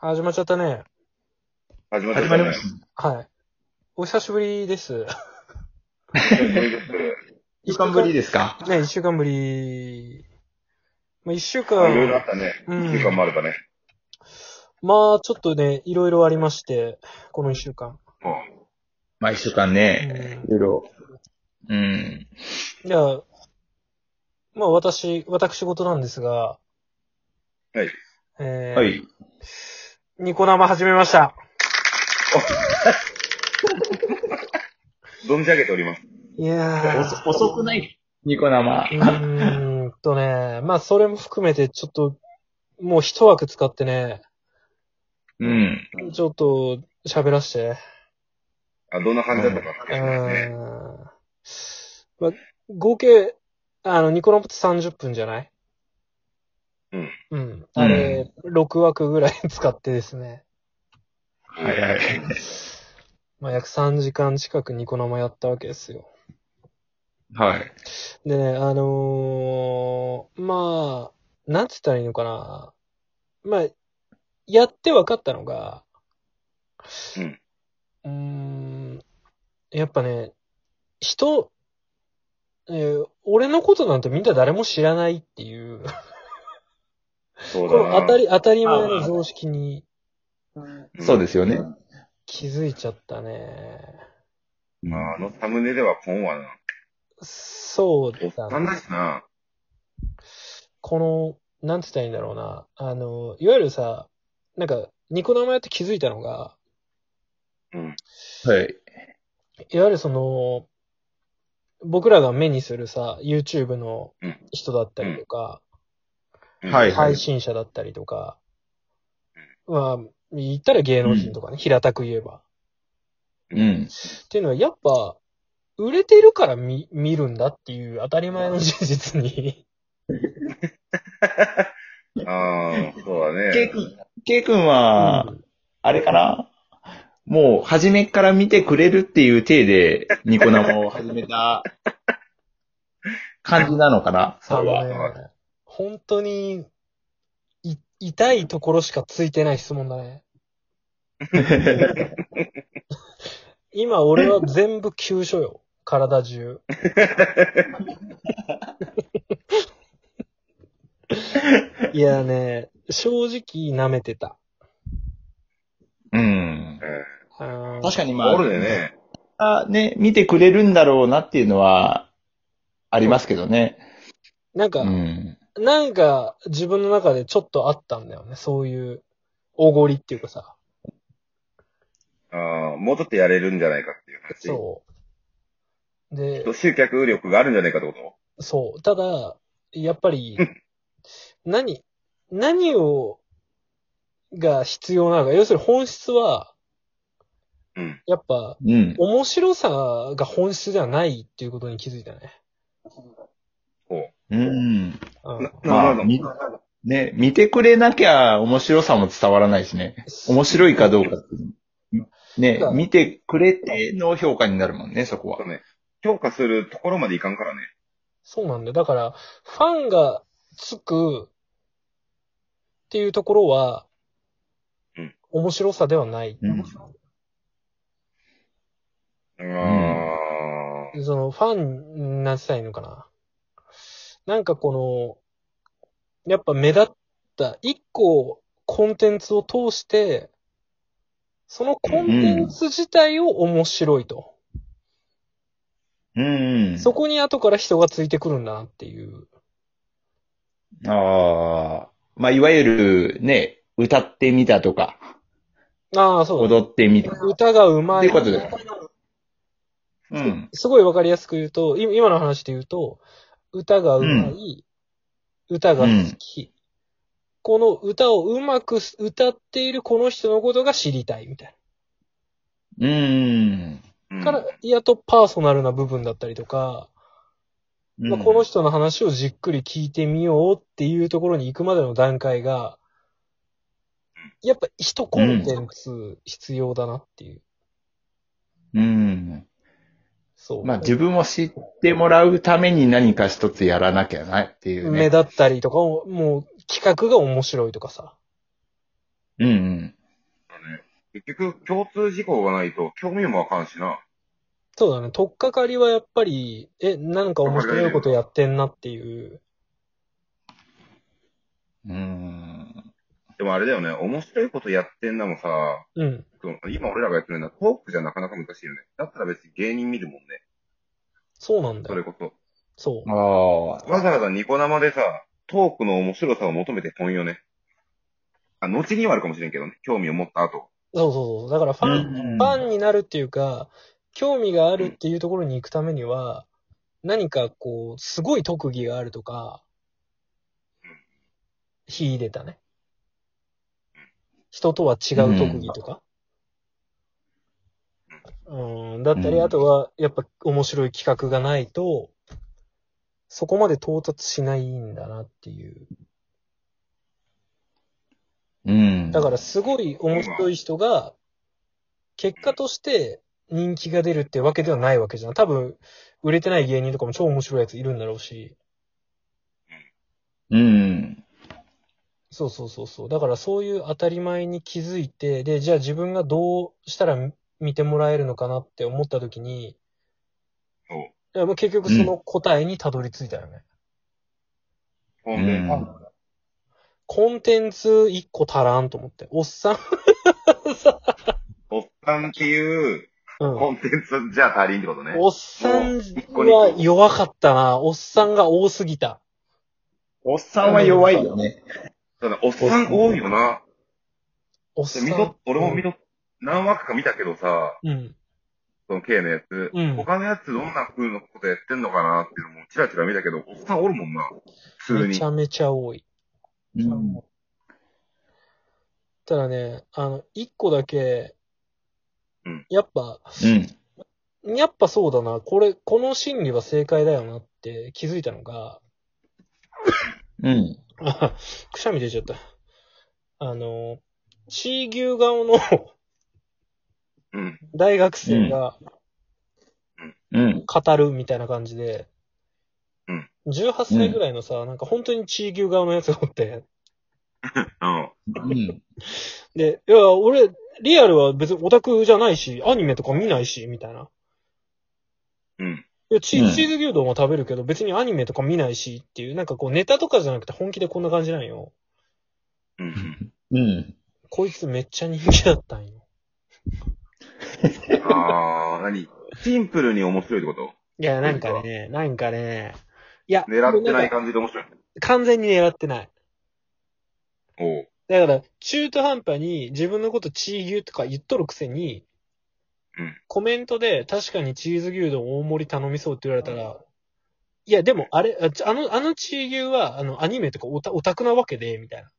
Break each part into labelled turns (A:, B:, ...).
A: 始まっちゃったね。
B: 始まっちゃ
C: 始
B: った
C: まり
B: ね
C: ました。
A: はい。お久しぶりです。
C: 一間ぶりですか
A: ね、一週間ぶり。まあ、一週
B: まあいろいろあ
A: 間、
B: ったね。
A: うん
B: 一週間もあればね。
A: まあ、ちょっとね、いろいろありまして、この一週間。
B: うん
C: まあ一週間ね、
A: う
C: いろいろ。うん。
A: じゃあ、まあ、私、私事なんですが、
B: はい。
A: えー、
C: はい。
A: ニコ生始めました。
B: 存じ上げております。
A: いやー。
C: 遅くないニコ生
A: う。ーんとね、まあ、それも含めて、ちょっと、もう一枠使ってね、
C: うん。
A: ちょっと、喋らして。
B: あ、どんな感じだったか。
A: う
B: ね
A: ーんまあ、合計、あの、ニコロンって30分じゃない
B: うん。
A: うん。あれ、6枠ぐらい使ってですね。
C: はいはい。
A: まあ、約3時間近くニコ生やったわけですよ。
C: はい。
A: でね、あのーまあ、なんつったらいいのかな。まあ、やって分かったのが、
B: うん。
A: うーん、やっぱね、人、えー俺のことなんてみんな誰も知らないっていう、
B: そ
A: こ
B: うだ
A: の
B: な。
A: 当たり、当たり前の常識に
B: ん
C: そうですよね。
A: 気づいちゃったね。
B: まああのサムネではポンはな。
A: そう
B: おっ
A: だ
B: さんだしな。
A: この、なんつったらいいんだろうな。あの、いわゆるさ、なんか、ニコ生やって気づいたのが、
B: うん。
C: はい。
A: いわゆるその、僕らが目にするさ、YouTube の人だったりとか、
B: うん
C: はい
A: 配信者だったりとか、まあ、言ったら芸能人とかね、平たく言えば。
C: う
A: っ
C: ん。
A: ていうのは、やっぱ、売れてるから見、見るんだっていう当たり前の事実に。
B: ああ、そうだ
C: ケイ
B: ね。
C: 君、ケイ君は、
A: うん
C: あれかなもう、初めから見てくれるっていう体で、ニコ生を始め た感じなのかなそ
A: あ
C: れ
A: の
C: は。
A: ね、本当に、い、痛いところしかついてない質問だね。今俺は全部急所よ。体中。 いやね、正直舐めてた。
C: うん。
A: 確
C: 確かにまあ、
B: ゴールでね。
C: あね、見てくれるんだろうなっていうのは、ありますけどね。
A: なんか、
C: うん。
A: なんか自分の中でちょっとあったんだよね。そういうおごりっていうかさ。
B: ああ、もうちょっとやれるんじゃないかっていう話。
A: そう。で、
B: 集客力があるんじゃないかってこ
A: そう。ただ、やっぱり
B: うん、
A: 何、何を、が必要なのか。要するに本質は、
B: とうん。
A: やっぱ、
C: うん。
A: 面白さが本質ではないっていうことに気づいたね。
B: こ
C: うん。
A: う
B: う。
A: ん
B: な、
C: まあ
B: な、
C: みね、見てくれなきゃ面白さも伝わらないしね。面白いかどうかっていう。ね
A: そうだ、ね
C: 見てくれての評価になるもんね、そこは
B: そう。ね。評価するところまでいかんからね。
A: そうなんだよ。だから、ファンがつくっていうところは、
B: うん
A: 面白さではない。
C: うん
B: ああ
A: その、ファン、なんて言ったらいいのかな。なんかこの、やっぱ目立った、一個コンテンツを通して、そのコンテンツ自体を面白いと。
C: うん。
A: そこに後から人がついてくるんだなっていう。
C: ああ。まあ、いわゆる、ね、歌ってみたとか、
A: ああ、そうだ、
C: 踊ってみた。
A: 歌がうまい。
C: ってことだようん。
A: すごいわかりやすく言うと、い今の話で言うと、歌がうまい、歌が好き、この歌をうまくす歌っているこの人のことが知りたいみたい
C: うん。
B: うん
A: な。から、やっとパーソナルな部分だったりとか、まあ、この人の話をじっくり聞いてみようっていうところに行くまでの段階が、やっぱ一コンテンツ必要だなっていう。
C: うん。
A: そう。
C: まあ、自分を知ってもらうために何か一つやらなきゃないっていう
A: 目
C: ね。
A: 立ったりとかを、もう企画が面白いとかさ。
C: うんうん。
B: ね。結局、共通事項がないと、興味もわかんしな。
A: そうだね。とっかかりはやっぱり、え、なんか面白いことやってんなっていう。
C: うーん。
B: でもあれだよね、面白いことやってんなもさ、
A: うん。
B: その今俺らがやってるのはトークじゃなかなか難しいよね。だったら別に芸人見るもんね。
A: そうなんだ
B: それ
A: よ。
B: こそ。
A: そ
C: ああ。
B: わざわざニコ生でさ、トークの面白さを求めて本よね。あ、後にはあるかもしれんけどね。興味を持った後。
A: う。そうそうそう。だからファン、
C: うんうん
A: ファンになるっていうか、興味があるっていうところに行くためには、何かこう、すごい特技があるとか
B: うん、
A: 秀でたね。人とは違う特技とか。うん、だったり、
C: うん
A: あとは、やっぱ面白い企画がないと、そこまで到達しないんだなっていう。
C: うん。
A: だからすごい面白い人が、結果として人気が出るってわけではないわけじゃん。多分、売れてない芸人とかも超面白いやついるんだろうし。
C: うん。
A: そうそうそうそう。だからそういう当たり前に気づいて、で、じゃあ自分がどうしたら見てもらえるのかなって思った時に、
B: そう。
A: いやまあ結局その答えにたどり着いたよね。
B: 本で、
C: うん
B: あ
A: コンテンツ一個足らんと思って。おっさん。
B: おっさんっていう
A: うん
B: コンテンツじゃ足りんってことね。
A: おっさん
B: 個に
A: は弱かったな。おっさんが多すぎた。
C: おっさんは弱いよね。
B: ただおっさん多いよな。
A: おっさん。
B: 見と、俺も見と、何枠か見たけどさ、
A: うん。
B: その K のやつ、
A: うん
B: 他のやつどんな風のことやってんのかなっていうのもチラチラ見たけど、おっさんおるもんな。普通
A: め
B: に
A: ち。ゃめちゃ多い。
C: うん。
A: ただね、あの、一個だけ
B: うん、
A: やっぱ、
C: うん。
A: やっぱそうだな、これ、この心理は正解だよなって気づいたの が、
C: うん。
A: あくしゃみ出ちゃった。あの、チー牛顔の
B: うん。
A: 大学生が
C: うん。
A: 語るみたいな感じで、
B: うん
A: 18歳ぐらいのさ、なんか本当にチー牛顔のやつがおって、
B: うん。
C: うん。
A: で、いや、俺、リアルは別にオタクじゃないし、アニメとか見ないし、みたいな。
B: うん。
A: いやチ
C: うん
A: チーズ牛丼は食べるけど、別にアニメとか見ないしっていう、なんかこうネタとかじゃなくて本気でこんな感じなんよ。
B: うん。
C: うん。
A: こいつめっちゃ人気だったんよ。
B: あー、何シンプルに面白いってこと
A: いや、なんかね、なんかね、いや、
B: 狙ってない
A: か
B: 感じで面白い。
A: 完全に狙ってない。
B: おう。
A: だから、中途半端に自分のことチー牛とか言っとるくせに、
B: うん
A: コメントで確かにチーズ牛丼大盛り頼みそうって言われたら、いや、でもあれ、あちあの、あのチー牛は、あの、アニメとかオタオタクなわけで、みたいな。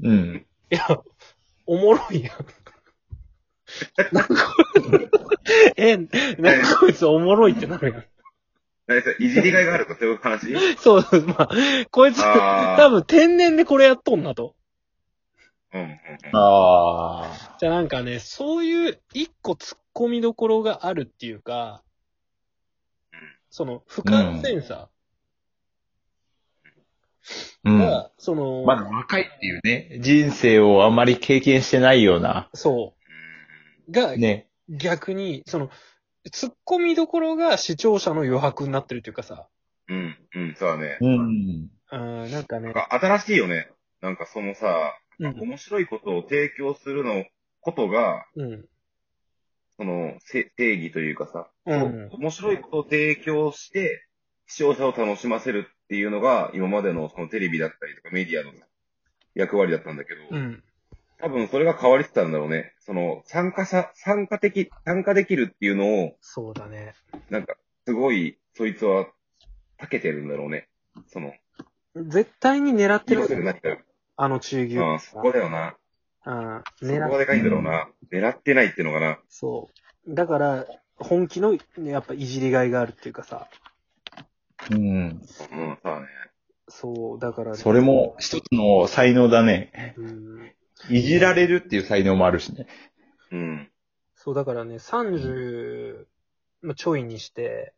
C: うん。
A: いや、おもろ いやん。え、なんかこいつおもろいってなる
B: 何それいじりがいがあるとかそういう話
A: やん。そう、まあ、こいつ、
B: あー
A: 多分天然でこれやっとんなと。
B: うんうんうん。
C: ああ。
A: じゃあなんかね、そういう一個突っ込みどころがあるっていうか、その、不完全さ
C: う
A: が、
C: ん。
A: その、
C: まだ若いっていうね、人生をあまり経験してないような、
A: そ
B: うん
A: う、が
C: ね。
A: 逆に、その、突っ込みどころが視聴者の余白になってるっていうかさ、
B: うん、うん、そうだね。
C: うん。
A: うん、なんかね
B: なん、か新しいよね。なんかそのさ、
A: うん、
B: 面白いことを提供するの、ことが、
A: うん、
B: その、せ定義というかさ、
A: うん、
B: 面白いことを提供して、視聴者を楽しませるっていうのが、今までのそのテレビだったりとかメディアの役割だったんだけど、
A: うん、
B: 多分それが変わりつつあるんだろうね。その、参加者、参加的、参加できるっていうのを、
A: そうだね。
B: なんか、すごい、そいつは、たけてるんだろうね。その、
A: 絶対に狙って
B: 今
A: る
B: すぐ何か、
A: あの中牛。
B: うん、そこだよな。
A: うん、
B: そこ
A: 狙
B: が
A: っ
B: でかいんだろうな。狙ってないっていうのかな。
A: そう。だから、本気の、ね、やっぱいじりがいがあるっていうかさ、
C: うん。
B: うん、そうね。
A: そう、だから、
C: それも一つの才能だね。
A: うん、
C: いじられるっていう才能もあるしね。
B: うん。
A: そう、だからね、30のちょいにして、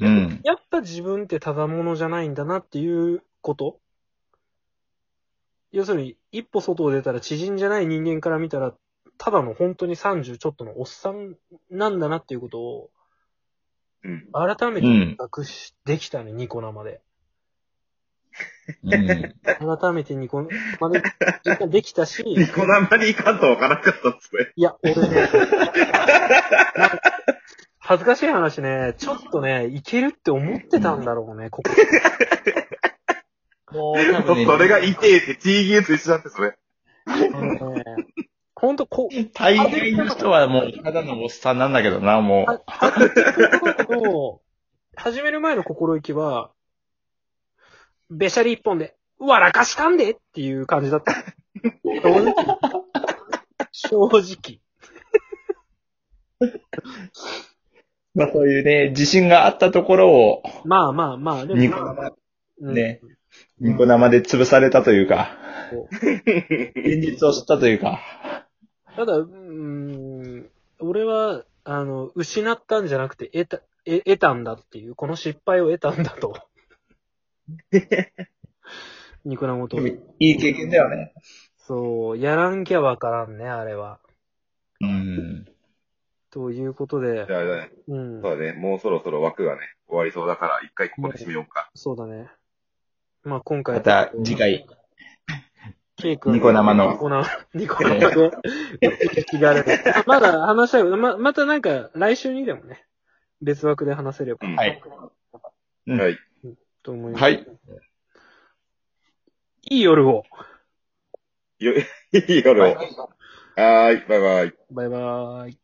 C: うん。
A: やっぱ自分ってただものじゃないんだなっていうこと要するに、一歩外を出たら知人じゃない人間から見たら、ただの本当に30ちょっとのおっさんなんだなっていうことを、
B: うん。
A: 改め
C: う
A: て
C: ん。
A: 学し、できたね、ニコ生で。
C: うん。
A: 改めてニコ生で、実感できたし、
B: ニコ生に行かんとわからなかったっすね。
A: いや、俺ね、なんか恥ずかしい話ね、ちょっとね、いけるって思ってたんだろう ね、ここ。
C: もう多分ね、
B: それが痛えって TGS 一緒だって、それ。
A: ほんと、こう、
C: 大概の人はもう、ただのおっさんなんだけどな、もう。
A: は、は、の、始める前の心意気は、べしゃり一本で、笑かしかんでっていう感じだった。正直。正直。
C: まあそういうね、自信があったところを、
A: まあまあまあ、で
C: ニコ
A: まあ
C: 生、
A: うん
C: ねニコ生で潰されたというか、
A: こう
C: 現実を知ったというか。
A: ただ、うーん、俺は、あの、失ったんじゃなくて、得た、え得たんだっていう、この失敗を得たんだ と。ニコ生と。
C: いい経験だよね。
A: そう、やらんきゃわからんね、あれは。
C: うん。
A: ということで
B: じ、ゃあね、
A: うん
B: そ、うだね、もうそろそろ枠がね、終わりそうだから、一回ここで締めようか。
A: そうだね。まあ今回、
C: また次回、
A: ケイ君、
C: ニコ生
A: ニ
C: の、
A: コ生、ニコ生 で、気がある。まだ話したいこと、ま、またなんか、来週にでもね、別枠で話せれば
B: うん
C: はい。うん
B: はい。
A: と思います。
C: はい。
A: いい夜を。
B: よ、いい夜を。はーい、バイバイ。
A: バイバーイ。